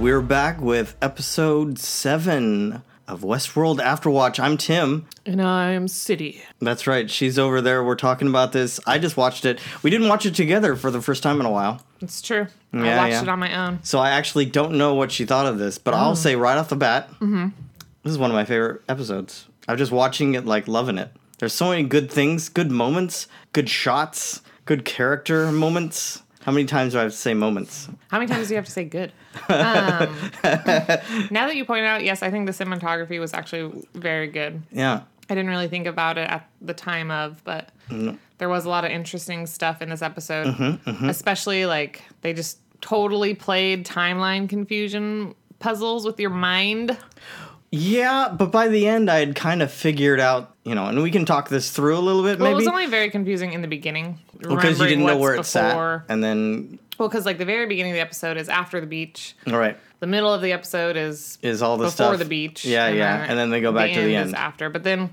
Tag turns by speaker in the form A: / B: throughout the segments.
A: We're back with episode seven of Westworld Afterwatch. I'm Tim.
B: And I'm um, City.
A: That's right. She's over there. We're talking about this. I just watched it. We didn't watch it together for the first time in a while.
B: It's true.
A: Yeah,
B: I watched
A: yeah.
B: it on my own.
A: So I actually don't know what she thought of this, but I'll say right off the bat, this is one of my favorite episodes. I'm just watching it, like loving it. There's so many good things, good moments, good shots, good character moments. How many times do I have to say moments?
B: How many times do you have to say good? Um, now that you point out, yes, I think the cinematography was actually very good.
A: Yeah.
B: I didn't really think about it at the time of, but there was a lot of interesting stuff in this episode,
A: Mm-hmm,
B: especially like they just totally played timeline confusion puzzles with your mind.
A: Yeah, but by the end, I had kind of figured out, you know, and we can talk this through a little bit
B: Well, it was
A: maybe.
B: only very confusing in the beginning
A: because you
B: remembering
A: didn't know
B: what's
A: where it sat.
B: before.
A: And then,
B: Well, because like the very beginning of the episode is after the beach.
A: all right,
B: The middle of the episode is
A: is all the
B: before
A: stuff.
B: the beach.
A: Yeah, yeah. and then they go back to the
B: Is
A: end.
B: after, but then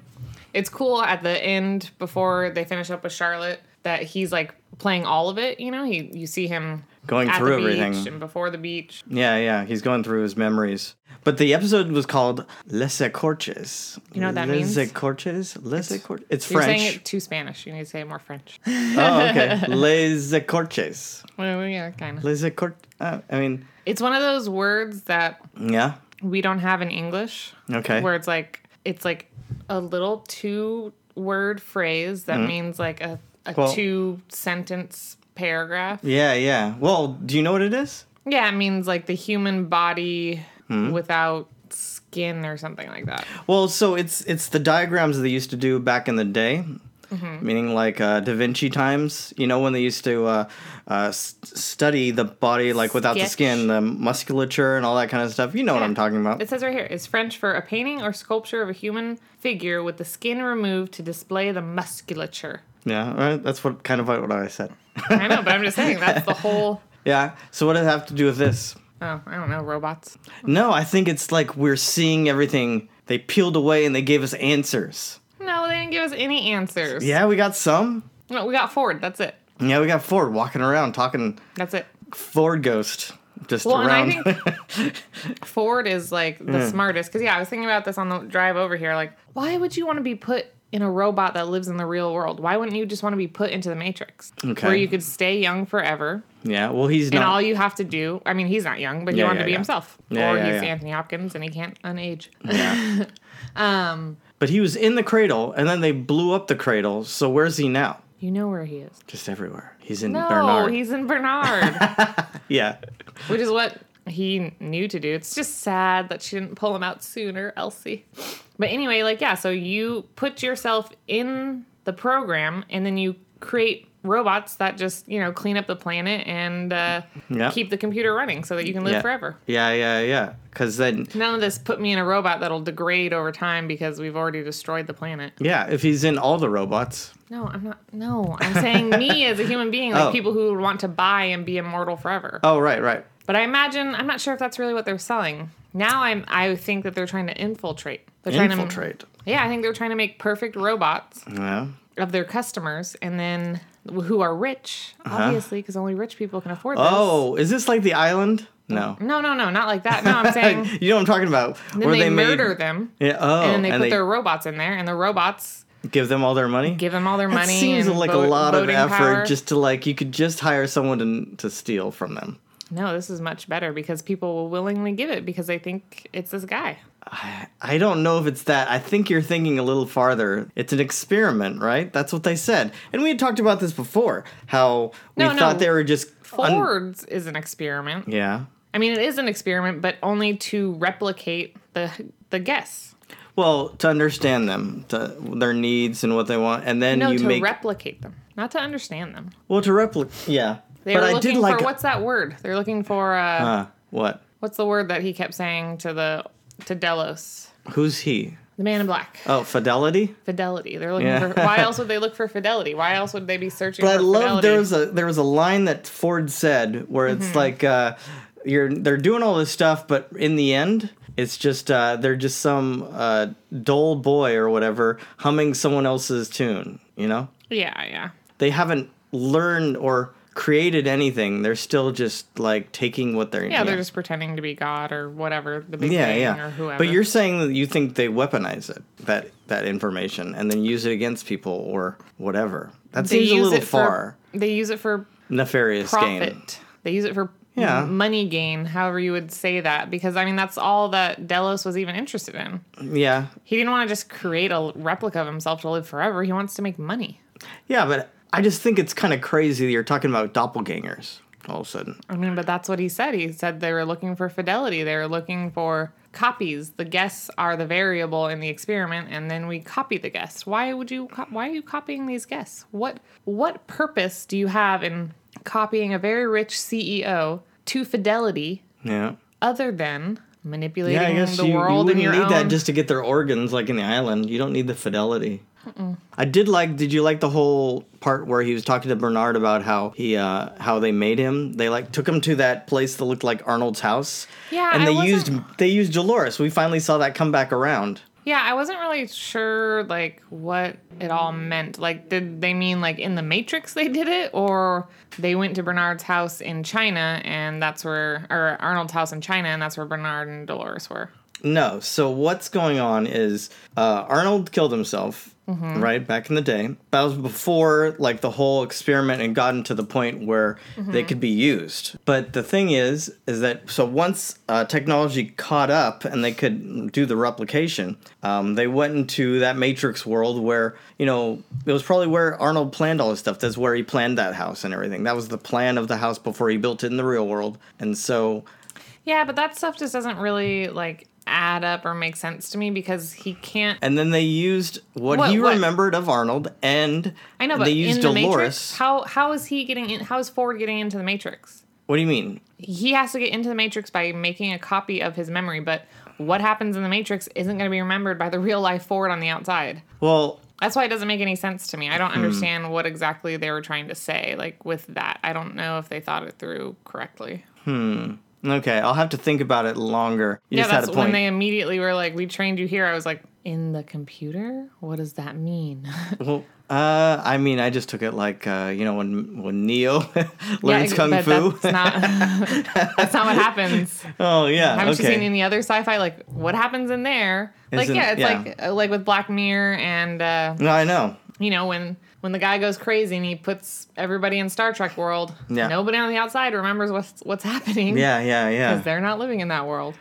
B: it's cool at the end before they finish up with Charlotte that he's like playing all of it. You know, he you see him
A: Going
B: at
A: through
B: the beach
A: everything.
B: and before the beach.
A: Yeah, yeah. He's going through his memories. But the episode was called Les Ecorches.
B: You know what that
A: Les
B: means?
A: Ecorches? Les Ecorches. It's
B: You're
A: French.
B: saying it too Spanish. You need to say it more French.
A: oh, okay. Les Ecorches.
B: well, yeah, kind of.
A: Les Ecorches. Uh, I mean,
B: It's one of those words that
A: yeah.
B: we don't have in English.
A: Okay.
B: where it's like it's like a little two word phrase that means like a, a
A: Mm-hmm. Well-
B: two sentence paragraph.
A: yeah, yeah. Well, do you know what it is?
B: Yeah, it means like the human body without skin or something like that.
A: Well, so it's it's the diagrams they used to do back in the day,
B: Mm-hmm.
A: meaning like uh, Da Vinci times. You know when they used to uh, uh, st- study the body like without the
B: Sketch.
A: skin, the musculature, and all that kind of stuff. You know what I'm talking about?
B: It says right here it's French for a painting or sculpture of a human figure with the skin removed to display the musculature.
A: yeah, right? that's what kind of what I said.
B: I know, but I'm just saying that's the whole.
A: Yeah. So what does it have to do with this?
B: Oh, I don't know, robots.
A: No, I think it's like we're seeing everything. They peeled away and they gave us answers.
B: No, they didn't give us any answers.
A: Yeah, we got some.
B: No, we got Ford. That's it.
A: Yeah, we got Ford walking around talking
B: That's it.
A: Ford ghost just
B: Well, and I
A: around.
B: Ford is like the
A: Hmm.
B: smartest. Because yeah, I was thinking about this on the drive over here. Like, why would you want to be put in a robot that lives in the real world? Why wouldn't you just want to be put into the Matrix,
A: Okay.
B: where you could stay young forever,
A: yeah, well he's
B: and
A: not.
B: all you have to do—I mean, he's not young, but he
A: Yeah,
B: wanted
A: yeah,
B: to be
A: yeah.
B: himself,
A: Yeah,
B: or
A: yeah,
B: he's
A: yeah.
B: Anthony Hopkins and he can't unage.
A: Yeah.
B: Um,
A: but he was in the cradle, and then they blew up the cradle. So where's he now?
B: You know where he is?
A: Just everywhere. He's in
B: No,
A: Bernard.
B: he's in Bernard,
A: yeah.
B: which is what he knew to do. It's just sad that she didn't pull him out sooner, Elsie. But anyway, like, yeah, so you put yourself in the program and then you create robots that just, you know, clean up the planet and uh,
A: Yeah.
B: keep the computer running so that you can live
A: yeah.
B: forever.
A: Yeah, yeah, yeah. Because then,
B: None of this put me in a robot that'll degrade over time because we've already destroyed the planet.
A: yeah, if he's in all the robots,
B: No, I'm not. No, I'm saying me as a human being, like
A: Oh.
B: people who would want to buy and be immortal forever.
A: oh right, right.
B: But I imagine I'm not sure if that's really what they're selling. Now I'm I think that they're trying to infiltrate. They're Trying
A: Infiltrate.
B: to, yeah, I think they're trying to make perfect robots
A: Yeah.
B: of their customers, and then who are rich, obviously, because only rich people can afford this.
A: Uh-huh. Oh, is this like the island? No.
B: no, no, no, not like that. No, I'm saying
A: You know what I'm talking about?
B: then they, murder them,
A: Yeah. Oh,
B: and then they put their robots in there, and the robots
A: give them all their money.
B: give them all their
A: that
B: money.
A: seems
B: and
A: like
B: vote-
A: a lot of
B: voting
A: effort
B: power.
A: just to like you could just hire someone to, to steal from them.
B: no, this is much better because people will willingly give it because they think it's this guy.
A: I don't know if it's that. I think you're thinking a little farther. It's an experiment, right? That's what they said. And we had talked about this before how we
B: No, no.
A: thought they were just. un-
B: Ford's is an experiment.
A: yeah.
B: I mean, it is an experiment, but only to replicate the the guess.
A: Well, to understand them, to their needs and what they want. And then
B: No,
A: you
B: to
A: make.
B: replicate them, not to understand them.
A: well, to replicate. Yeah.
B: They
A: but
B: were
A: I
B: looking
A: did like.
B: for what's that word? They're looking for uh,
A: uh, what?
B: what's the word that he kept saying to the to Delos,
A: Who's he?
B: the man in black.
A: Oh, fidelity?
B: Fidelity. They're looking
A: Yeah.
B: for. Why else would they look for fidelity? Why else would they be searching?
A: But I
B: for
A: love
B: fidelity?
A: there was a there was a line that Ford said where it's like uh, you're they're doing all this stuff, but in the end, it's just uh, they're just some uh, dull boy or whatever humming someone else's tune. You know,
B: yeah, yeah.
A: they haven't learned or created anything. They're still just like taking what they're
B: Yeah, they're just pretending to be God or whatever the big
A: yeah,
B: thing
A: yeah.
B: or whoever.
A: But you're saying that you think they weaponize it that that information and then use it against people or whatever. That
B: they
A: seems a
B: use
A: little
B: it for-
A: far
B: They use it for
A: nefarious
B: profit.
A: gain.
B: They use it for
A: Yeah.
B: m- money gain, however you would say that, because I mean that's all that Delos was even interested in.
A: Yeah,
B: He didn't want to just create a replica of himself to live forever. He wants to make money.
A: yeah. But I just think it's kind of crazy that you're talking about doppelgangers all of a sudden.
B: I mean, but that's what he said. He said they were looking for fidelity. They were looking for copies. The guests are the variable in the experiment, and then we copy the guests. Why would you? Co- why are you copying these guests? What What purpose do you have in copying a very rich CEO to fidelity
A: Yeah.
B: other than manipulating
A: Yeah, I guess
B: the
A: you, you
B: world
A: wouldn't
B: and your
A: need
B: own?
A: that just to get their organs, like in the island. You don't need the fidelity. I did like. Did you like the whole part where he was talking to Bernard about how he, uh, how they made him? They like took him to that place that looked like Arnold's house.
B: Yeah,
A: and
B: I
A: they
B: wasn't-
A: used they used Dolores. We finally saw that come back around.
B: yeah, I wasn't really sure like what it all meant. Like, did they mean like in the Matrix they did it, or they went to Bernard's house in China and that's where, or Arnold's house in China and that's where Bernard and Dolores were.
A: No. So what's going on is uh, Arnold killed himself, right back in the day. That was before like the whole experiment had gotten to the point where they could be used. But the thing is, is that so once uh, technology caught up and they could do the replication, um, they went into that Matrix world where you know it was probably where Arnold planned all his stuff. That's where he planned that house and everything. That was the plan of the house before he built it in the real world. And so
B: Yeah, but that stuff just doesn't really like add up or make sense to me because he can't.
A: And then they used what,
B: What-
A: he
B: what?
A: remembered of Arnold, and
B: I know, but
A: they used
B: in the Matrix,
A: Dolores.
B: how how is he getting in? How is Ford getting into the Matrix?
A: what do you mean?
B: he has to get into the matrix by making a copy of his memory but what happens in the matrix isn't going to be remembered by the real life forward on the outside
A: Well,
B: that's why it doesn't make any sense to me i
A: Hmm.
B: don't understand what exactly they were trying to say like with that i don't know if they thought it through correctly
A: okay, I'll have to think about it longer. You
B: yeah
A: just had a
B: that's
A: point.
B: when they immediately were like we trained you here i was like in the computer what does that mean
A: well, uh, I mean, I just took it like uh, you know when when Neo learns
B: Yeah,
A: kung
B: but
A: fu.
B: that's not that's not what happens
A: oh yeah,
B: Haven't
A: okay.
B: you seen any other sci-fi? Like what happens in there? Like
A: Isn't-
B: yeah, it's
A: yeah.
B: like uh, like with Black Mirror and uh,
A: no, I know.
B: you know when when the guy goes crazy and he puts everybody in Star Trek world.
A: Yeah.
B: Nobody on the outside remembers what's what's happening.
A: Yeah, yeah,
B: Because
A: yeah.
B: they're not living in that world.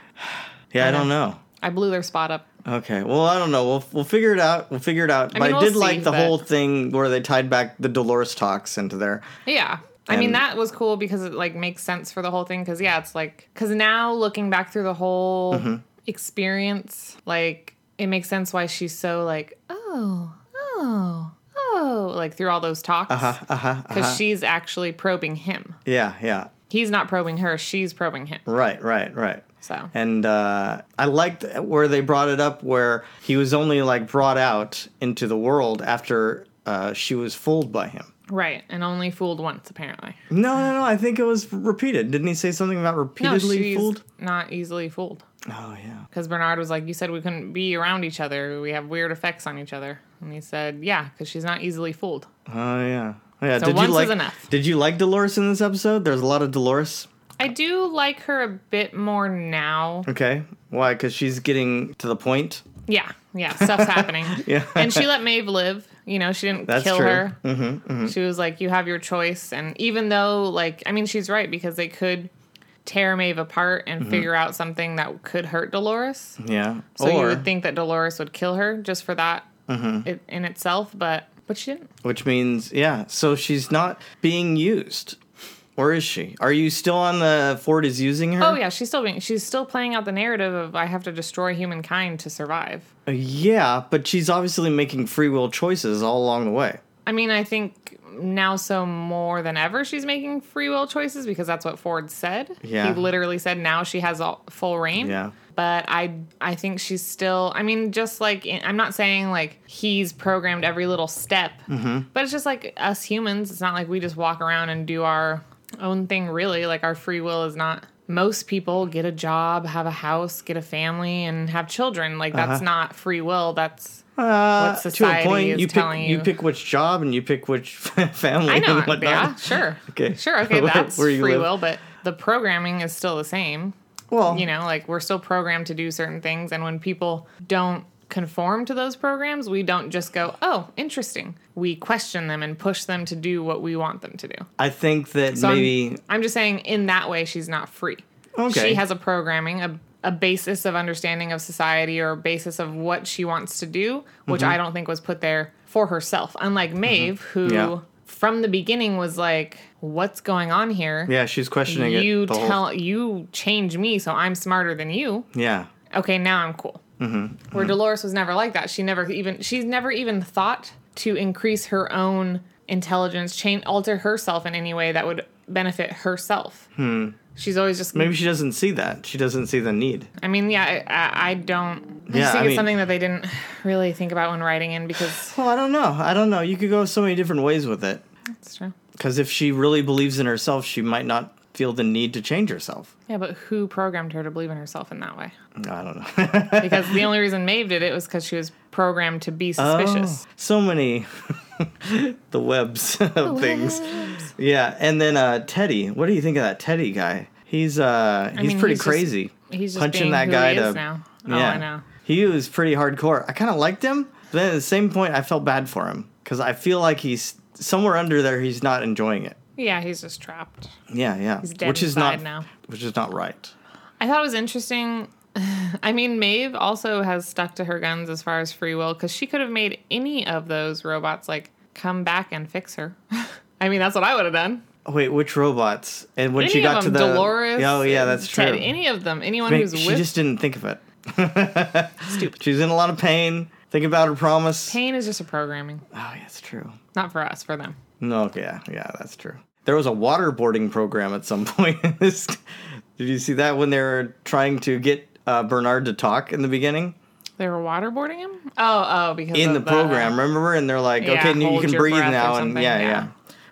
A: Yeah, I
B: know.
A: don't know.
B: I blew their spot up.
A: Okay. Well, I don't know. We'll we'll figure it out. We'll figure it out. but
B: mean,
A: I
B: we'll
A: did like
B: see,
A: the
B: but-
A: whole thing where they tied back the Dolores talks into there.
B: Yeah. I mean
A: And-
B: that was cool because it like makes sense for the whole thing cuz yeah, it's like cuz now looking back through the whole
A: Mm-hmm.
B: experience, like it makes sense why she's so like, "Oh, oh, oh," like through all those talks.
A: Uh huh. Uh huh.
B: because she's actually probing him.
A: Yeah. Yeah.
B: He's not probing her; she's probing him.
A: Right. Right. Right.
B: So
A: And uh, I liked where they brought it up, where he was only like brought out into the world after uh, she was fooled by him.
B: right, and only fooled once apparently.
A: No, no, no. I think it was repeated. Didn't he say something about
B: No,
A: repeatedly
B: she's
A: fooled?
B: not easily fooled
A: Oh yeah.
B: because Bernard was like, "You said we couldn't be around each other; we have weird effects on each other." And he said, "Yeah, because she's not easily fooled."
A: Oh yeah. Oh, yeah.
B: So
A: did
B: once
A: you
B: is
A: like?
B: enough.
A: Did you like Dolores in this episode? There's a lot of Dolores.
B: I do like her a bit more now.
A: Okay. Why? Because she's getting to the point.
B: Yeah, yeah, stuff's happening.
A: Yeah.
B: and she let Maeve live. You know, she didn't
A: That's
B: kill
A: true.
B: her. Mm-hmm, She was like, "You have your choice." And even though, like, I mean, she's right because they could tear Maeve apart and
A: Mm-hmm.
B: figure out something that could hurt Dolores.
A: Yeah.
B: So
A: or Mm-hmm.
B: you would think that Dolores would kill her just for that it, in itself, but but she didn't.
A: which means yeah. So she's not being used, or is she? Are you still on the Ford is using her?
B: Oh yeah, she's still being she's still playing out the narrative of I have to destroy humankind to survive.
A: Uh, Yeah, but she's obviously making free will choices all along the way.
B: I mean, I think now so more than ever she's making free will choices because that's what Ford said.
A: Yeah.
B: He literally said now she has all, full reign.
A: Yeah.
B: But I I think she's still I mean just like in, I'm not saying like he's programmed every little step.
A: Mm-hmm.
B: But it's just like us humans, it's not like we just walk around and do our own thing really. Like our free will is not most people get
A: Uh-huh.
B: a job, have a house, get a family and have children. Like that's not free will. That's
A: Uh,
B: What
A: to a
B: society
A: point,
B: is
A: you pick
B: telling
A: you.
B: you.
A: pick which job and you pick which family
B: I know.
A: and whatnot.
B: Yeah, sure.
A: Okay.
B: Sure. Okay,
A: Where-
B: that's
A: where you
B: free
A: live.
B: will, but the programming is still the same.
A: Well,
B: You know, like we're still programmed to do certain things, and when people don't conform to those programs, we don't just go, "Oh, interesting." We question them and push them to do what we want them to do.
A: I think that
B: So I'm-
A: maybe
B: I'm, just saying, in that way, she's not free.
A: Okay.
B: She has a programming, a, a basis of understanding of society or a basis of what she wants to do, which I don't think was put there for herself. Unlike Maeve, who
A: Mm-hmm. Yeah.
B: from the beginning was like, what's going on here?
A: yeah, she's questioning it.
B: You
A: the whole-
B: tell you change me, so I'm smarter than you.
A: yeah,
B: Okay, now I'm cool. Mm-hmm. Where Dolores was never like that. She never even she's never even thought to increase her own intelligence, change, alter herself in any way that would benefit herself. She's always just.
A: Hmm. maybe she doesn't see that. She doesn't see the need.
B: I mean, yeah, I, I, I don't. I
A: Yeah,
B: just think
A: I
B: it's
A: mean-
B: something that they didn't really think about when writing in because
A: Well, I don't know. I don't know. You could go so many different ways with it.
B: that's true.
A: Because if she really believes in herself, she might not feel the need to change herself.
B: Yeah, but who programmed her to believe in herself in that way?
A: I don't know.
B: Because the only reason Maeve did it was because she was programmed to be suspicious.
A: Oh. so many the webs of things. Yeah, and then uh, Teddy. What do you think of that Teddy guy? He's uh, he's
B: mean,
A: pretty
B: he's just-
A: crazy.
B: He's just
A: Oh. punching
B: being
A: that
B: who
A: guy
B: he
A: to
B: is now. Oh, I know.
A: He was pretty hardcore. I kind of liked him, but then at the same point, I felt bad for him because I feel like he's somewhere under there. He's not enjoying it.
B: Yeah, he's just trapped.
A: Yeah, yeah.
B: dead
A: which is
B: inside
A: not
B: now.
A: which is not right.
B: I thought it was interesting. I mean, Maeve also has stuck to her guns as far as free will because she could have made any of those robots like come back and fix her. I mean, that's what I would have done.
A: Wait, which robots? And when
B: Any
A: she
B: of
A: got
B: them,
A: to the
B: Dolores.
A: oh yeah,
B: and
A: that's true.
B: Ted, any of them, anyone
A: I mean,
B: who's
A: she
B: with
A: just didn't think of it.
B: stupid.
A: She's in a lot of pain. Think about her promise.
B: Pain is just a programming,
A: Oh, yeah, that's true.
B: not for us, for them.
A: No, okay, yeah, yeah, that's true. There was a waterboarding program at some point. in this- Did you see that when they were trying to get uh, Bernard to talk in the beginning
B: They were waterboarding him. Oh, oh, because
A: in
B: of
A: the program? Remember? And they're like,
B: yeah,
A: okay, now you
B: hold
A: can
B: your
A: breathe
B: breath or
A: now, and
B: something,
A: yeah,
B: yeah.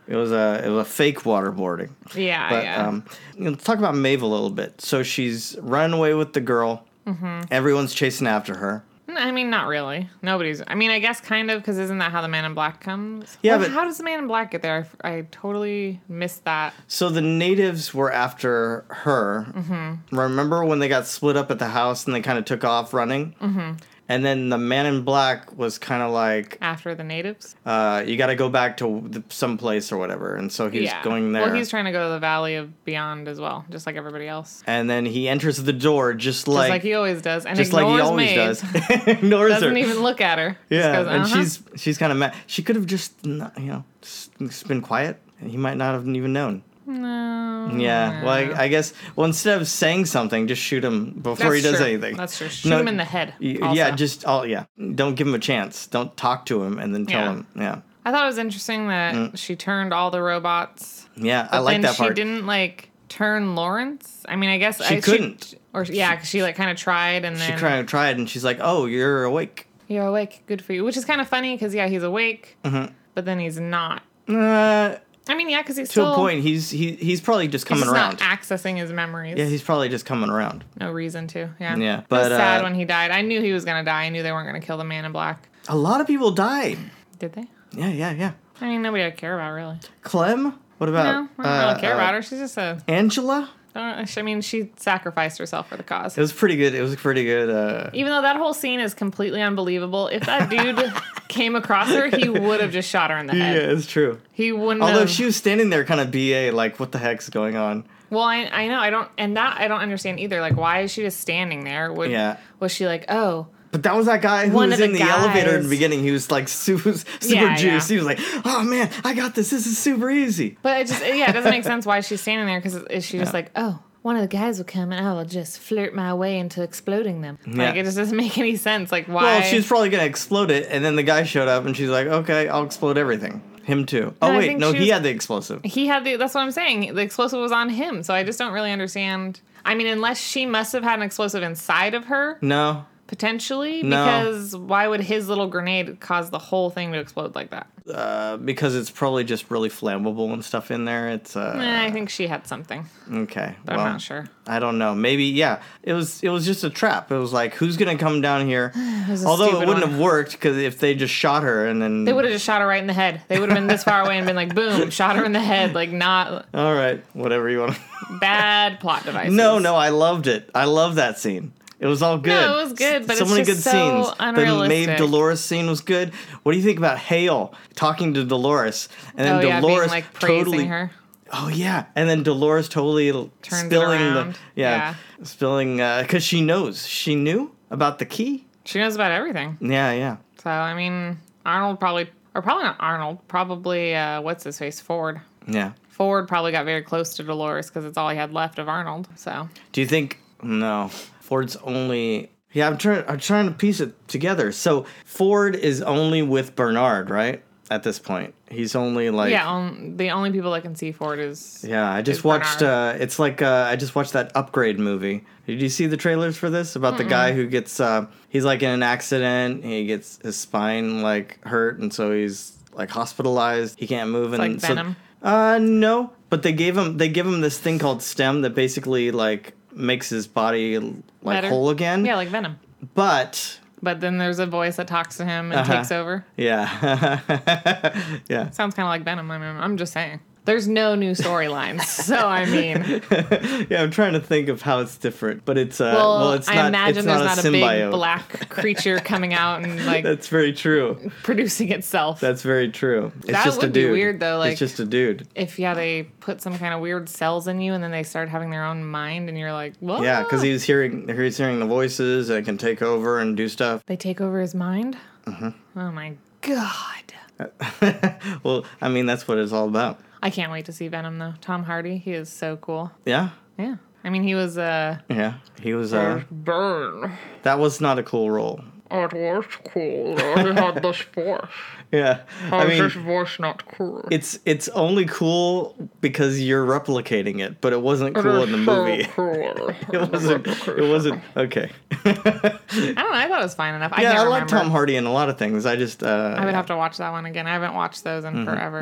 A: yeah, It was a it was a fake waterboarding.
B: Yeah,
A: But
B: yeah.
A: um, you know, let's talk about Maeve a little bit. So she's running away with the girl.
B: Mm-hmm.
A: Everyone's chasing after her.
B: I mean, not really. Nobody's. I mean, I guess kind of because isn't that how the Man in Black comes?
A: Yeah,
B: Or
A: but-
B: how does the Man in Black get there? I, I totally missed that.
A: So the natives were after her.
B: Mm-hmm.
A: Remember when they got split up at the house and they kind of took off running? Mm-hmm. And then the man in black was kind of like,
B: after the natives.
A: uh, you got to go back to the, someplace or whatever. And so he's going there.
B: Well, he's trying to go to the Valley of Beyond as well, just like everybody else.
A: and then he enters the door just
B: Just
A: like,
B: like, he always does, and
A: just like
B: ignores
A: he always
B: Maeve.
A: does. Ignores
B: Doesn't
A: her.
B: even look at her. Just
A: yeah.
B: goes,
A: And
B: "Uh-huh."
A: she's she's kind of mad. She could have just, not, you know, just, just been quiet. He might not have even known.
B: no.
A: Yeah. Well, I, I guess, well, instead of saying something, just shoot him before he
B: That's
A: does
B: true.
A: anything.
B: That's true. Shoot
A: No,
B: him in the head.
A: Y-
B: also.
A: Yeah, just oh yeah. Don't give him a chance. Don't talk to him and then tell
B: Yeah.
A: him. Yeah,
B: I thought it was interesting that she turned all the robots.
A: yeah. Mm. I like
B: then
A: that
B: she
A: part.
B: didn't like turn Lawrence. I mean, I guess I,
A: couldn't.
B: or yeah, 'cause she like kind of tried, and
A: She
B: then
A: kind of tried, and she's like, "Oh, you're awake."
B: you're awake, good for you, which is kind of funny because yeah, he's awake,
A: Mm-hmm.
B: but then he's not.
A: Uh, to
B: I mean, yeah, because he's
A: a
B: still
A: point, he's he, he's probably just
B: he's
A: coming
B: just
A: around.
B: not accessing his memories.
A: yeah, he's probably just coming around.
B: no reason to. Yeah.
A: Yeah,
B: It
A: but,
B: was sad
A: uh,
B: when he died. I knew he was gonna die. I knew they weren't gonna kill the man in black.
A: A lot of people died.
B: Did they?
A: Yeah, yeah, yeah.
B: I mean, nobody I care about really.
A: Clem. What
B: No, I
A: about?
B: don't
A: uh,
B: really care
A: uh,
B: about her. She's just a.
A: Angela.
B: I don't- I mean, she sacrificed herself for the cause.
A: It was pretty good. It was pretty good. Uh,
B: Even though that whole scene is completely unbelievable, if that dude came across her, he would have just shot her in the
A: yeah,
B: head.
A: it's true.
B: He wouldn't
A: Although
B: have.
A: she was standing there, kind of ba, like, "What the heck's going on?"
B: well, I, I know I don't, and that I don't understand either. Like, why is she just standing there? Would,
A: Yeah.
B: Was she like, oh,
A: But that was that guy who
B: One
A: was
B: of
A: in
B: the
A: the elevator in
B: guys.
A: the beginning. He was like super, super
B: Yeah,
A: juiced.
B: yeah.
A: He was like, "Oh man, I got this. This is super easy."
B: But it just yeah, it doesn't make sense why she's standing there because is she just like oh. One of the guys will come and I will just flirt my way into exploding them. Like
A: Yeah.
B: it just doesn't make any sense. Like why?
A: Well, she's probably gonna explode it, and then the guy showed up, and she's like, "Okay, I'll explode everything." Him too. Oh
B: No, I
A: wait,
B: think
A: no,
B: she
A: he
B: was-
A: had the explosive.
B: he had the. That's what I'm saying. The explosive was on him, so I just don't really understand. I mean, unless she must have had an explosive inside of her
A: No,
B: potentially,
A: No.
B: because why would his little grenade cause the whole thing to explode like that?
A: uh, because it's probably just really flammable and stuff in there. It's uh,
B: Eh, I think she had something.
A: okay.
B: But
A: well,
B: I'm not sure.
A: I don't know. Maybe yeah. It was it was just a trap. It was like, who's gonna come down here?
B: was a
A: Although it
B: stupid
A: wouldn't
B: one.
A: have worked because if they just shot her and then
B: They would have just shot her right in the head. They would have been this far away and been like, boom, shot her in the head. Like, not
A: all right, whatever you want. to...
B: bad plot devices.
A: No, no, I loved it. I love that scene. It was all good.
B: No, it was good, but it's just so
A: The Maeve
B: unrealistic.
A: Dolores scene was good. What do you think about Hale talking to Dolores and then
B: Oh, yeah,
A: Dolores
B: being like praising
A: totally?
B: her.
A: Oh yeah, and then Dolores totally l-
B: Turns it
A: spilling the
B: around.
A: yeah, spilling because she knows she knew about the key.
B: She knows about everything.
A: Yeah, yeah.
B: So, I mean, Arnold probably, or probably not Arnold, probably, uh, what's his face? Ford.
A: Yeah.
B: Ford probably got very close to Dolores because it's all he had left of Arnold. So,
A: Do you think no? Ford's only yeah. I'm trying. I'm trying to piece it together. So Ford is only with Bernard, right? At this point, he's only like
B: yeah, on, the only people that can see Ford is.
A: Yeah, I just
B: Is
A: watched. Uh,
B: Bernard.
A: it's like uh, I just watched that Upgrade movie. Did you see the trailers for this about the guy who gets? Uh, he's like in an accident. He gets his spine like hurt, and so he's like hospitalized. He can't move. and
B: like
A: so-
B: Venom?
A: uh, no, but they gave him they give him this thing called stem that basically like makes his body like
B: Better.
A: whole again.
B: Yeah, like Venom.
A: But
B: But then there's a voice that talks to him and
A: Uh-huh.
B: takes over.
A: yeah, yeah.
B: Sounds kind of like Venom. I mean, I'm just saying. There's no new storylines, so I mean,
A: yeah, I'm trying to think of how it's different, but it's uh,
B: well,
A: well, it's not.
B: I imagine
A: it's
B: there's
A: not
B: not
A: a
B: a,
A: symbiote.
B: big black creature coming out and like
A: That's very true.
B: producing itself.
A: That's very true. It's
B: That
A: just a
B: would be
A: dude.
B: weird, though, like-
A: it's just a dude.
B: if yeah, they put some kind of weird cells in you, and then they start having their own mind, and you're like, what?
A: Yeah, because he's hearing he's hearing the voices and can take over and do stuff.
B: they take over his mind.
A: Mm-hmm.
B: Oh my god!
A: well, I mean that's what it's all about.
B: I can't wait to see Venom though. Tom Hardy, he is so cool.
A: Yeah,
B: Yeah, I mean, he was uh,
A: yeah. He was uh
B: burn. Oh,
A: that was not a cool role.
B: It was cool. I had this voice.
A: Yeah,
B: Oh,
A: I mean
B: voice not cool?
A: it's it's only cool because you're replicating it, but it wasn't cool in the movie. It wasn't. It wasn't okay.
B: I don't know. I thought it was fine enough. I
A: Yeah, I
B: can't
A: like
B: remember.
A: Tom Hardy in a lot of things. I just uh,
B: I would have to watch that one again. I haven't watched those
A: Mm-hmm,
B: in forever.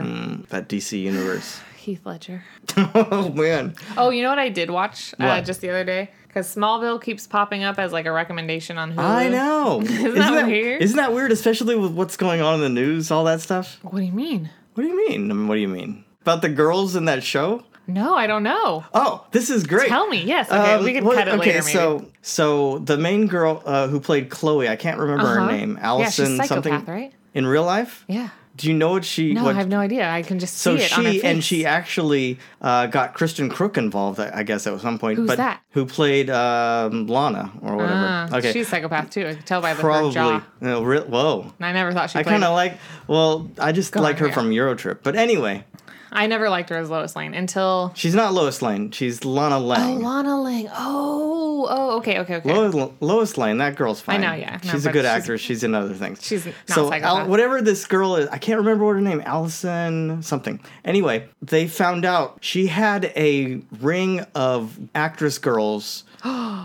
A: that DC universe.
B: Heath Ledger.
A: oh man,
B: Oh, you know what I did watch uh,
A: What?
B: just the other day? Because Smallville keeps popping up as like a recommendation on Hulu.
A: I know. isn't
B: that weird?
A: Isn't that weird, especially with what's going on in the news, all that stuff?
B: What do you mean?
A: What do you mean? I mean, what do you mean about the girls in that show?
B: No, I don't know.
A: Oh, this is great.
B: Tell me. Yes. Okay,
A: Um,
B: we can
A: what-
B: cut it
A: okay,
B: later. Maybe.
A: so so the main girl uh, who played Chloe, I can't remember
B: Uh-huh.
A: her name,
B: yeah, she's
A: Allison
B: psychopath,
A: something
B: right?
A: in real life.
B: Yeah.
A: Do you know what she?
B: No,
A: what,
B: I have no idea. I can just
A: so
B: see it on her
A: she
B: face.
A: and she actually uh, got Kristen Crook involved, I I guess, at some point.
B: Who's
A: but
B: that?
A: Who played um, Lana or whatever?
B: Ah,
A: okay,
B: She's psychopath too. I can tell by the her
A: probably.
B: jaw.
A: No, re- whoa.
B: And I never thought she
A: I
B: played.
A: kind of like. Well, I just
B: on
A: like her
B: here.
A: from Eurotrip. But anyway,
B: I never liked her as Lois Lane until
A: she's not Lois Lane. She's Lana
B: Oh,
A: Lang.
B: Lana Lang. Oh, oh, okay, okay, okay.
A: Lois, Lois Lane, that girl's fine.
B: know, yeah. No,
A: she's a
B: but
A: good
B: she's-
A: actress. She's in other things.
B: She's not
A: so
B: psychopath.
A: whatever this girl is, I can't remember what her name. Allison something. Anyway, they found out she had a ring of actress girls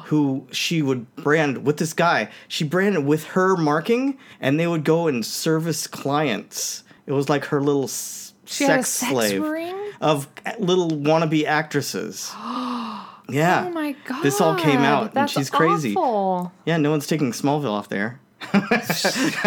A: who she would brand with this guy. She branded with her marking, and they would go and service clients. It was like her little s-
B: She
A: sex
B: had a sex
A: slave
B: ring?
A: of little wannabe actresses. yeah.
B: oh my god.
A: This all came out, and
B: That's
A: she's crazy.
B: awful.
A: Yeah, no one's taking Smallville off there.
B: Truth,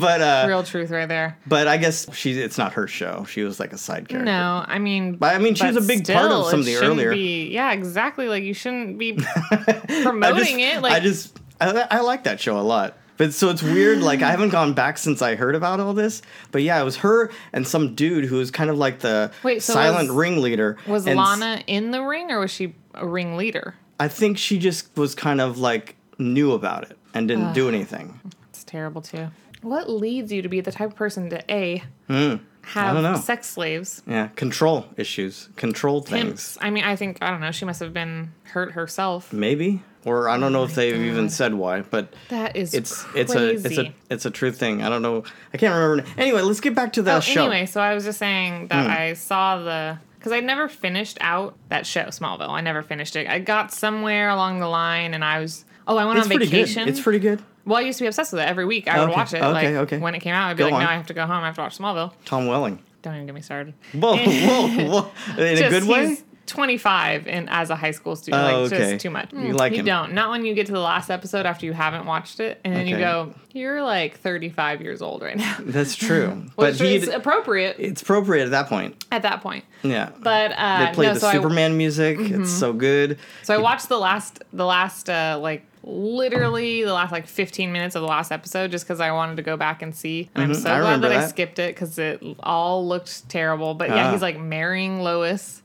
A: but uh
B: real truth, right there.
A: but I guess she it's not her show. She was like a side character.
B: No, I mean,
A: But I mean she was
B: but
A: a big part
B: still,
A: of some of
B: it
A: the
B: shouldn't
A: earlier.
B: Be, yeah, exactly. Like you shouldn't be
A: I just
B: promoting it. Like
A: I just I, I like that show a lot. But so it's weird like I haven't gone back since I heard about all this. But yeah, it was her and some dude who was kind of like the
B: Wait, so
A: silent
B: was-
A: ringleader.
B: was
A: and s-
B: Lana in the ring or was she a ringleader?
A: I think she just was kind of like knew about it and didn't do anything.
B: It's terrible too. What leads you to be the type of person to a
A: Hmm. don't know.
B: have sex slaves?
A: Yeah, control issues, control things.
B: Pimps. I mean, I think I don't know. She must have been hurt
A: Mm.
B: herself.
A: Maybe, or I don't know
B: Oh
A: if they've even said why, but
B: That is
A: it's
B: crazy.
A: it's a it's a it's a true thing. I don't know. I can't remember. Anyway, let's get back to that
B: Oh,
A: show. Hmm.
B: Anyway, so I was just saying that I saw the because I never finished out that show Smallville. I never finished it. I got somewhere along the line, and I was oh, I went
A: it's
B: on
A: pretty
B: vacation.
A: good. It's pretty good.
B: well, I used to be obsessed with it every week. I would
A: Okay,
B: watch it
A: okay,
B: like
A: okay.
B: when it came out. I'd
A: Go
B: be like,
A: on.
B: no, I have to go home. I have to watch Smallville.
A: Tom Welling.
B: Don't even get me started.
A: Whoa, whoa, whoa! In a
B: Just
A: good way.
B: he's- 25 and as a high school student.
A: Oh,
B: like, it's
A: okay.
B: just too much.
A: You like him.
B: don't. Not when you get to the last episode after you haven't watched it. And then you
A: Okay.
B: go, you're like 35 years old right now.
A: That's true. but
B: Which
A: he,
B: is appropriate
A: it's appropriate at that point.
B: at that point.
A: Yeah.
B: But uh,
A: they played
B: no,
A: the
B: so I- Mm-hmm.
A: Superman music. It's so good.
B: So I watched the last, the last, uh, like literally the last like 15 minutes of the last episode just because I wanted to go back and see. And I'm
A: Mhm,
B: so
A: I
B: glad
A: remember
B: that, I
A: that.
B: skipped it because it all looked terrible. But yeah,
A: Ah.
B: he's like marrying Lois.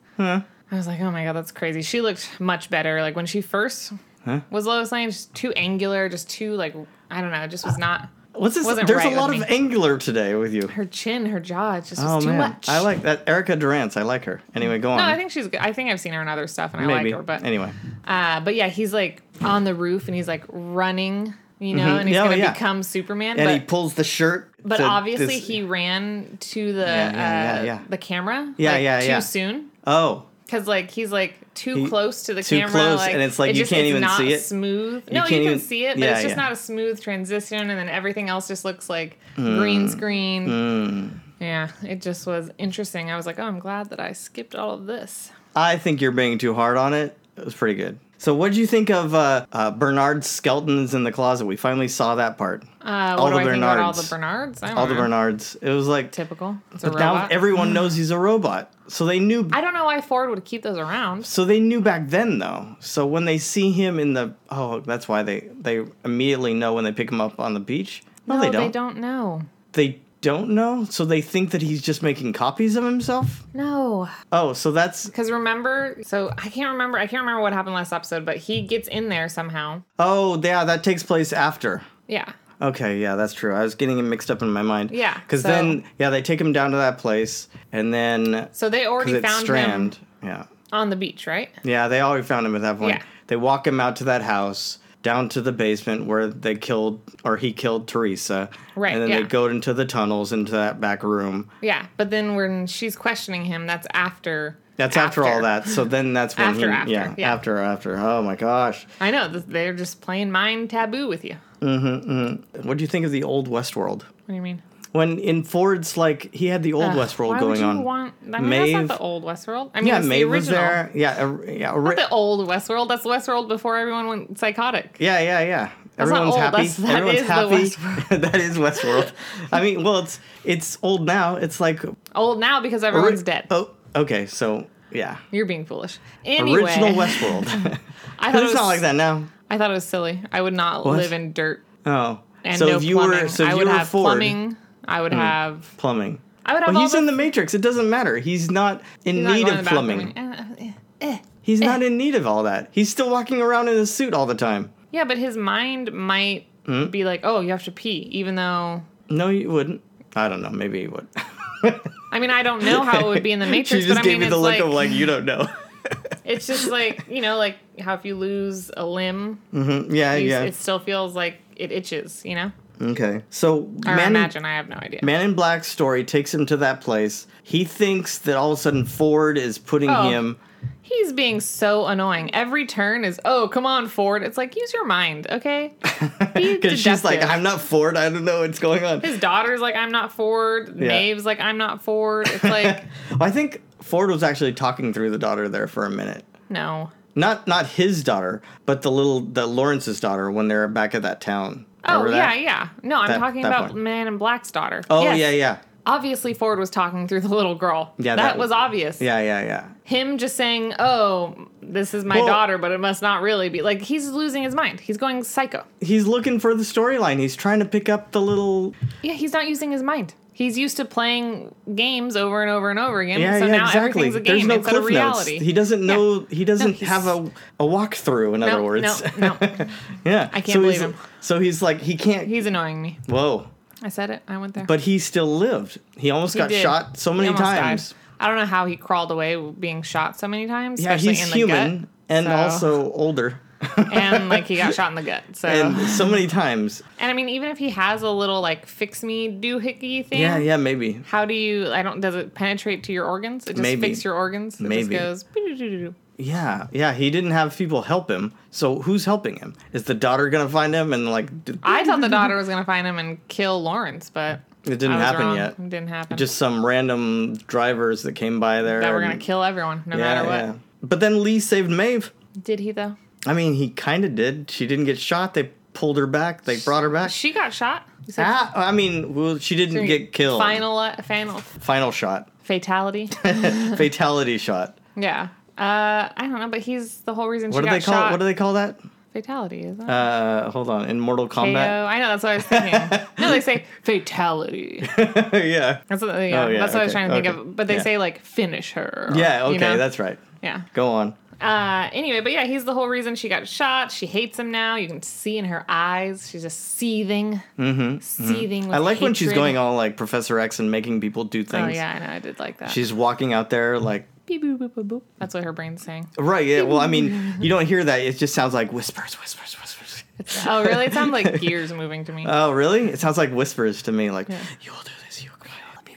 B: I was like, oh my god, that's crazy. She looked much better. Like when she first was Lois Lane, just too angular, just too like I don't know, it just was not
A: What's this?
B: Wasn't
A: There's
B: right
A: a lot
B: with
A: of
B: me.
A: angular today with you.
B: her chin, her jaw. It just
A: Oh
B: was too
A: man,
B: much.
A: I like that Erica Durance. I like her. Anyway, go on.
B: No, I think she's good. I think I've seen her in other stuff and I
A: Maybe.
B: like her, but
A: anyway,
B: Uh, but yeah, he's like on the roof and he's like running, you know, and he's
A: Yeah, oh,
B: gonna
A: yeah.
B: become Superman.
A: and
B: but
A: he pulls the shirt.
B: but
A: to
B: obviously
A: this-
B: he ran to the
A: Yeah, yeah, yeah,
B: uh,
A: yeah.
B: the camera.
A: Yeah,
B: like,
A: yeah,
B: too
A: yeah.
B: soon.
A: Oh,
B: Because like he's like too
A: He-
B: close to the
A: too
B: camera,
A: close, and it's like you can't
B: it's
A: even
B: not
A: see it.
B: Smooth. no,
A: can't
B: you can
A: even-
B: see it, but
A: yeah,
B: it's just
A: yeah.
B: not a smooth transition, and then everything else just looks like
A: Mm.
B: green screen. Yeah, it just was interesting. I was like, oh, I'm glad that I skipped all of this.
A: I think you're being too hard on it. It was pretty good. So, what did you think of uh, uh, Bernard Skelton's in the closet? We finally saw that part.
B: Uh,
A: All
B: what do
A: the
B: I think about all the
A: Bernards.
B: Bernards? I don't
A: All the
B: know.
A: Bernards. It was like,
B: Typical. It's a
A: but now
B: robot.
A: everyone knows he's a robot. So they knew.
B: I don't know why Ford would keep those around.
A: so they knew back then, though. So when they see him in the, oh, that's why they they immediately know when they pick him up on the beach. No, they don't.
B: they don't know.
A: They don't know. So they think that he's just making copies of himself.
B: No,
A: Oh, so that's
B: because remember, so I can't remember. I can't remember what happened last episode, but he gets in there somehow.
A: oh yeah, that takes place after.
B: Yeah,
A: Okay, yeah, that's true. I was getting it mixed up in my mind.
B: Yeah,
A: because
B: so-
A: then yeah, they take him down to that place, and then
B: so they
A: because
B: already
A: it's
B: found
A: Strand.
B: him
A: Yeah,
B: on the beach, right?
A: yeah, they already found him at that point.
B: Yeah.
A: They walk him out to that house, down to the basement where they killed or he killed Teresa.
B: Right,
A: and then
B: yeah.
A: they go into the tunnels into that back room.
B: Yeah, but then when she's questioning him, that's after.
A: That's after, all that. So then that's when
B: After,
A: he,
B: after,
A: yeah,
B: yeah.
A: after after. Oh my gosh,
B: I know th- they're just playing mind taboo with you.
A: what do you think of the old Westworld?
B: What do you mean?
A: When in Ford's like he had the old Westworld
B: Why
A: going
B: would you
A: on.
B: Want, I mean, that's
A: Maeve-
B: not the old Westworld. I mean,
A: yeah,
B: that's the
A: Maeve
B: original.
A: was there. Yeah, or- yeah, ori-
B: The old Westworld. That's Westworld before everyone went psychotic.
A: Yeah, yeah, yeah.
B: not
A: Everyone's
B: old,
A: happy.
B: that's- that
A: Everyone's
B: is the
A: happy. that is Westworld. I mean, well, it's it's old now. It's like
B: old now because everyone's
A: ori-
B: dead.
A: Oh, okay. So yeah,
B: You're being foolish. Anyway,
A: original Westworld.
B: I thought
A: but
B: it
A: it's
B: was
A: not like that now.
B: I thought it was silly. I would not
A: What?
B: live in dirt
A: Oh,
B: and
A: so
B: no
A: if you
B: plumbing.
A: were so if
B: I
A: you
B: would
A: were
B: have
A: Ford,
B: plumbing. I would have.
A: plumbing.
B: I would have
A: Well,
B: all
A: he's
B: the,
A: in the Matrix. It doesn't matter. He's not in
B: He's not
A: need of
B: going to the
A: plumbing.
B: bathroom.
A: Hmm?
B: Eh, eh, eh.
A: He's not in need of all that. He's still walking around in his suit all the time.
B: Yeah, but his mind might
A: Hmm?
B: be like, "Oh, you have to pee," even though.
A: No, you wouldn't. I don't know. Maybe he would.
B: I mean, I don't know how it would be in the Matrix,
A: she just
B: but I
A: gave
B: mean,
A: me
B: it's
A: the look
B: like,
A: of like you don't know.
B: it's just like you know, like how if you lose a limb,
A: yeah,
B: you-
A: yeah.
B: it still feels like it itches, you know.
A: Okay. So
B: Or
A: Man in,
B: imagine, I have no idea.
A: Man in Black's story takes him to that place. He thinks that all of a sudden Ford is putting
B: Oh.
A: him.
B: He's being so annoying. Every turn is, oh, come on, Ford. It's like, use your mind, okay? Be
A: Because she's like,
B: deductive.
A: I'm not Ford. I don't know what's going on.
B: His daughter's like, I'm not Ford. Maeve's like, I'm not Ford. It's like,
A: I think Ford was actually talking through the daughter there for a minute.
B: no.
A: Not not his daughter, but the little the Lawrence's daughter when they're back at that town.
B: Oh,
A: Remember
B: yeah,
A: that?
B: yeah. No, I'm
A: That-
B: talking
A: that
B: about
A: part.
B: Man in Black's daughter.
A: Oh
B: Yes.
A: yeah, yeah,
B: Obviously, Ford was talking through the little girl.
A: Yeah,
B: That,
A: that-
B: was obvious.
A: yeah, yeah, yeah.
B: Him just saying, oh, this is my
A: Well-
B: daughter, but it must not really be. Like, he's losing his mind. He's going psycho.
A: He's looking for the storyline. He's trying to pick up the little.
B: Yeah, he's not using his mind. He's used to playing games over and over and over again.
A: Yeah,
B: so
A: yeah,
B: now
A: exactly.
B: everything's a
A: There's
B: game
A: no
B: instead
A: cliff
B: of reality.
A: notes. He doesn't know. He doesn't
B: he's-
A: have a a walkthrough. In other
B: no,
A: words,
B: no, no.
A: Yeah.
B: I can't
A: so
B: believe
A: he's-
B: him.
A: So he's like, he can't.
B: He's annoying me.
A: whoa.
B: I said it. I went there.
A: But he still lived. He almost
B: He
A: got
B: did.
A: shot so
B: He
A: many
B: almost died.
A: times.
B: I don't know how he crawled away being shot so many times.
A: Yeah,
B: especially
A: he's
B: in the
A: human
B: gut.
A: and
B: so-
A: also older.
B: and like he got shot in the gut. So
A: And
B: and,
A: so many times.
B: I mean, even if he has a little like fix me doohickey thing,
A: Yeah, yeah, maybe.
B: How do you? I don't. Does it penetrate to your organs? It just
A: Maybe.
B: fixes your organs. It
A: Maybe.
B: just goes.
A: Yeah, yeah. He didn't have people help him. So who's helping him? Is the daughter going to find him? And like, d-
B: I thought the daughter was gonna find him and kill Lawrence, but
A: it didn't
B: I was
A: happen
B: wrong.
A: yet.
B: It didn't happen.
A: Just some random drivers that came by there.
B: that we're
A: and-
B: gonna kill everyone no
A: Yeah,
B: matter what.
A: yeah. But then Lee saved Maeve.
B: Did he though?
A: I mean, he kind of did. She didn't get shot. They pulled her back. They brought her back.
B: She got shot. You said-
A: Ah, I mean, well, she didn't get killed.
B: Final, uh, final
A: Final shot.
B: fatality.
A: Fatality shot.
B: yeah. Uh, I don't know, but he's the whole reason she
A: What do
B: got
A: they call?
B: shot.
A: What do they call that?
B: fatality is that?
A: Uh, hold on. In Mortal
B: KO.
A: Kombat.
B: I know that's what I was thinking. no, they say fatality.
A: yeah.
B: That's what, yeah,
A: Oh, yeah,
B: that's what I
A: okay,
B: was trying to think
A: okay.
B: of. But they
A: Yeah.
B: say like finish her. or,
A: Yeah. Okay,
B: you know?
A: that's right.
B: yeah.
A: Go on.
B: Uh, anyway, but yeah, he's the whole reason she got shot. She hates him now. You can see in her eyes. She's just seething, mm-hmm, seething. With
A: I like when she's
B: hatred.
A: going all like Professor X and making people do
B: Oh
A: things.
B: yeah, I know. I did like that.
A: She's walking out there like
B: Beep, boop, boop, boop, boop. That's what her brain's saying.
A: right. Yeah. Well, I mean, you don't hear that. It just sounds like whispers, whispers, whispers.
B: Oh really? It sounds like gears moving to me.
A: Oh, really? It sounds like whispers to me. Like you will do this. You will.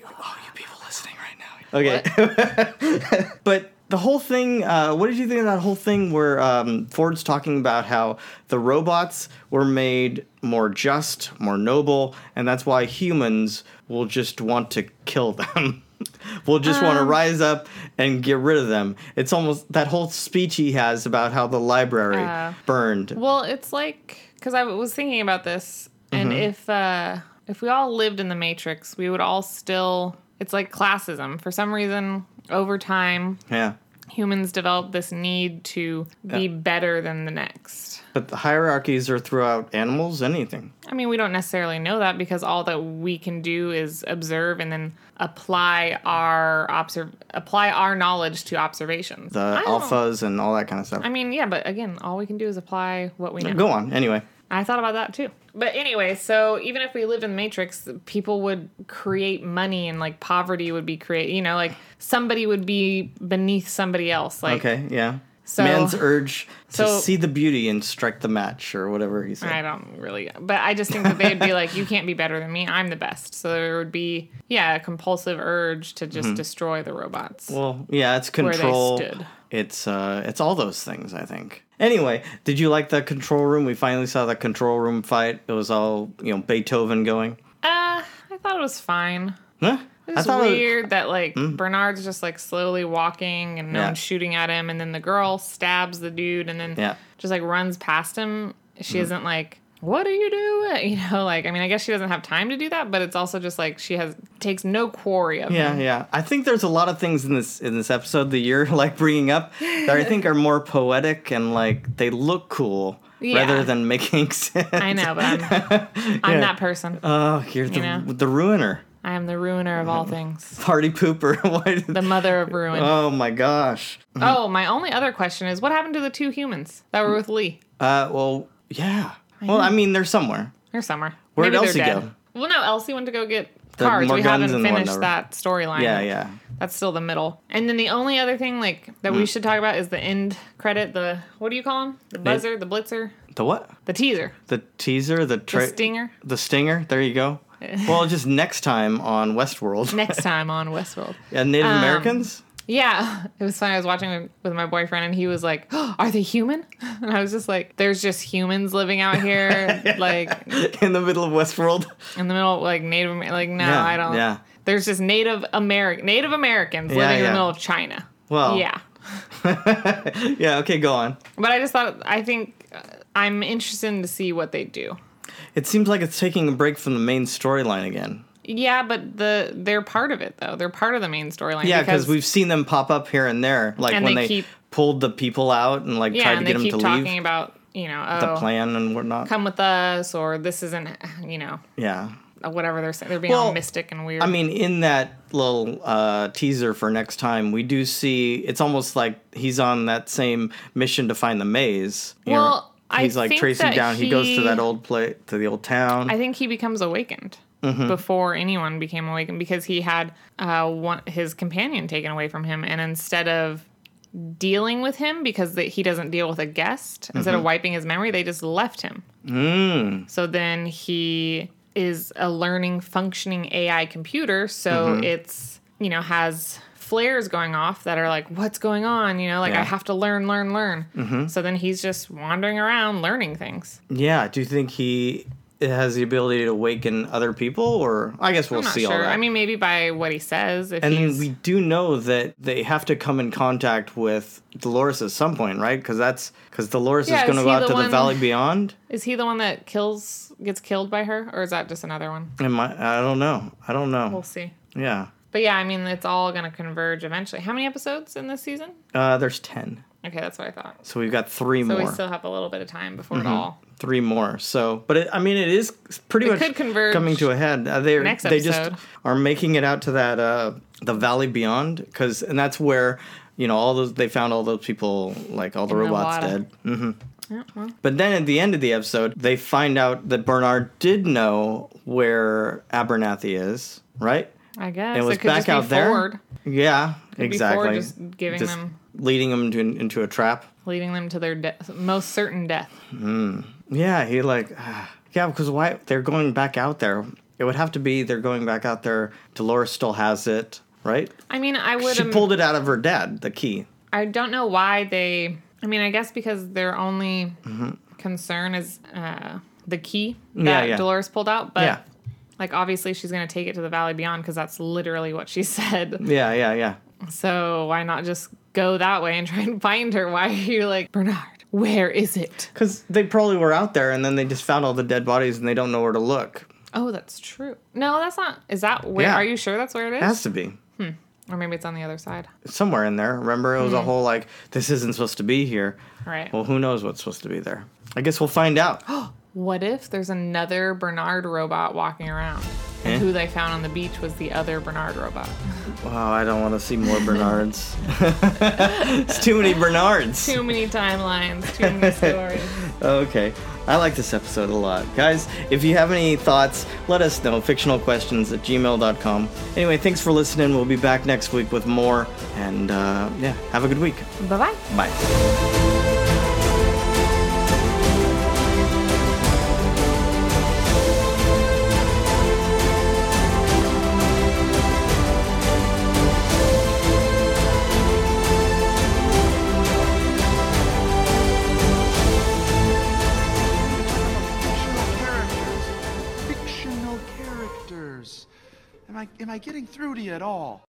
A: Oh, you people listening right now. Okay. but the whole thing. Uh, what did you think of that whole thing where um, Ford's talking about how the robots were made more just, more noble, and that's why humans will just want to kill them. will just
B: Um.
A: want to rise up and get rid of them. It's almost that whole speech he has about how the library
B: Uh,
A: burned.
B: Well, it's like because I was thinking about this, and
A: Mm-hmm.
B: if uh, if we all lived in the Matrix, we would all still. It's like classism. For some reason, over time,
A: yeah.
B: humans develop this need to be better than the next.
A: But the hierarchies are throughout animals, anything.
B: I mean, we don't necessarily know that because all that we can do is observe and then apply our observ- apply our knowledge to observations.
A: The
B: I don't-
A: alphas and all that kind of stuff.
B: I mean, yeah, but again, all we can do is apply what we know.
A: Go on, anyway.
B: I thought about that too. But anyway, so even if we lived in the Matrix, people would create money and like poverty would be create. You know, like somebody would be beneath somebody else. Like
A: Okay, yeah.
B: So-
A: Man's urge to
B: so-
A: see the beauty and strike the match, or whatever he said.
B: I don't really, but I just think that they'd be like, you can't be better than me. I'm the best. So there would be, yeah, a compulsive urge to just destroy the robots.
A: Mm-hmm. Well, yeah, it's
B: they
A: control.
B: stood.
A: It's uh, it's all those things. I think. Anyway, did you like the control room? We finally saw the control room fight. It was all you know, Beethoven going.
B: uh, I thought it was fine.
A: Huh?
B: It's
A: it- Mm-hmm.
B: weird that like Bernard's just like slowly walking and no
A: Yeah.
B: one's shooting at him, and then the girl stabs the dude, and then
A: Yeah. Mm-hmm.
B: just like runs past him. She isn't like, "What are you doing?" You know, like I mean, I guess she doesn't have time to do that, but it's also just like she has takes no quarry of
A: Yeah,
B: him.
A: yeah. I think there's a lot of things in this in this episode that you're like bringing up that I think are more poetic and like they look cool
B: Yeah.
A: rather than making sense.
B: I know, but I'm I'm that person.
A: Oh, you're the,
B: know?
A: the ruiner,
B: I am the ruiner of all
A: Mm-hmm.
B: things,
A: party pooper. Why did-
B: the mother of ruin.
A: oh my gosh.
B: oh, my only other question is, what happened to the two humans that were with Lee?
A: Uh, well, yeah. Well, I mean, they're somewhere.
B: They're somewhere.
A: Where'd
B: Maybe
A: Elsie
B: they're dead.
A: go?
B: Well, no, Elsie went to go get
A: The
B: cards. we
A: more guns
B: haven't
A: and
B: finished
A: whatever.
B: that storyline.
A: Yeah, yeah.
B: That's still the middle. And then the only other thing like that
A: Hmm.
B: we should talk about is the end credit. The what do you call them? The buzzer, the blitzer,
A: The what?
B: the teaser,
A: The teaser, the
B: the
A: tra-
B: stinger.
A: the stinger. There you go. well, just next time on Westworld.
B: Next time on Westworld.
A: and
B: um,
A: Native Americans.
B: Yeah, it was funny. I was watching with- with my boyfriend, and he was like, oh, "Are they human?" And I was just like, "There's just humans living out here, like
A: In the middle of Westworld.
B: in the middle, like Native, Amer- like no,
A: Yeah,
B: I don't.
A: yeah.
B: There's just Native American, Native Americans living in the
A: yeah.
B: middle of China.
A: Well,
B: Yeah,
A: yeah. Okay, go on.
B: but I just thought I think uh, I'm interested to see what they do.
A: It seems like it's taking a break from the main storyline again.
B: Yeah, but the they're part of it though. They're part of the main storyline.
A: Yeah, because we've seen them pop up here and there, like
B: And
A: when
B: they
A: they
B: keep-
A: pulled the people out and like
B: yeah,
A: tried to
B: and
A: get
B: they
A: them
B: keep
A: to
B: talking
A: leave
B: about you know
A: the
B: oh
A: plan and whatnot.
B: come with us or this isn't you know
A: yeah,
B: whatever they're saying. They're being all
A: Well,
B: mystic and weird.
A: I mean, in that little uh, teaser for next time, we do see it's almost like he's on that same mission to find the maze. You
B: Well, I
A: he's like
B: think
A: tracing
B: that
A: down. He, goes
B: he-
A: to that old place, to the old town.
B: I think he becomes awakened before anyone became awakened because he had uh, one, his companion taken away from him, and instead of dealing with him because that he doesn't deal with a guest, instead of wiping his memory, they just left him. So then he is a learning, functioning AI computer. So it's you know has flares going off that are like what's going on you know like i
A: Yeah.
B: have to learn learn learn so then he's just wandering around learning things
A: yeah, do you think he it has the ability to awaken other people, or I guess we'll
B: I'm not
A: see all
B: sure.
A: that.
B: I mean, maybe by what he says, if
A: and
B: he's
A: then we do know that they have to come in contact with Dolores at some point, right? Because that's because Dolores
B: Yeah,
A: is going
B: is
A: to go
B: he
A: out
B: the
A: to the
B: one-
A: Valley Beyond.
B: is he the one that kills gets killed by her, or is that just another one?
A: And my, I don't know. I don't know.
B: We'll see.
A: yeah,
B: But yeah, I mean, it's all gonna converge eventually. How many episodes in this season?
A: uh, there's ten,
B: Okay, that's what I thought.
A: so we've got three
B: So
A: more. Mm-hmm.
B: we still have a little bit of time before it all.
A: three more. So, but it, I mean, it is pretty
B: It
A: much
B: could converge
A: coming to a head. Uh, They
B: next
A: they just
B: episode.
A: are making it out to that uh, the Valley Beyond because and that's where you know all those they found all those people like all the
B: In the
A: robots
B: water.
A: dead. hmm But then at the end of the episode, they find out that Bernard did know where Abernathy is, right?
B: I guess
A: It was
B: could
A: back
B: just be
A: out there.
B: Ford
A: Yeah, exactly.
B: just giving them-
A: leading them to, into a trap.
B: leading them to their de- most certain death.
A: Yeah, he like, yeah, because why they're going back out there? It would have to be they're going back out there. Dolores still has it, right?
B: I mean, I would.
A: She
B: im-
A: pulled it out of her dad, the key.
B: I don't know why they. I mean, I guess because their only concern is uh, the key that
A: Yeah, yeah.
B: Dolores pulled out. But
A: Yeah.
B: like, obviously, she's going to take it to the Valley Beyond because that's literally what she said.
A: Yeah, yeah, yeah.
B: So why not just go that way and try and find her? Why are you like Bernard? Where is it?
A: Because they probably were out there, and then they just found all the dead bodies, and they don't know where to look.
B: Oh, that's true. No, that's not. Is that where?
A: Yeah.
B: Are you sure that's where it is?
A: It has to be
B: or maybe it's on the other side.
A: somewhere in there. Remember, it was a whole like, this isn't supposed to be here.
B: All right.
A: Well, who knows what's supposed to be there? I guess we'll find out.
B: What if there's another Bernard robot walking around? And
A: Eh?
B: who they found on the beach was the other Bernard robot.
A: wow, I don't want to see more Bernards. it's too many Bernards.
B: Too many timelines, too many stories.
A: Okay. I like this episode a lot. Guys, if you have any thoughts, let us know. Fictionalquestions at gmail.com. Anyway, thanks for listening. We'll be back next week with more. And uh, yeah, have a good week.
B: bye bye.
A: Bye.
C: fictional characters. Fictional characters. Am I am I getting through to you at all?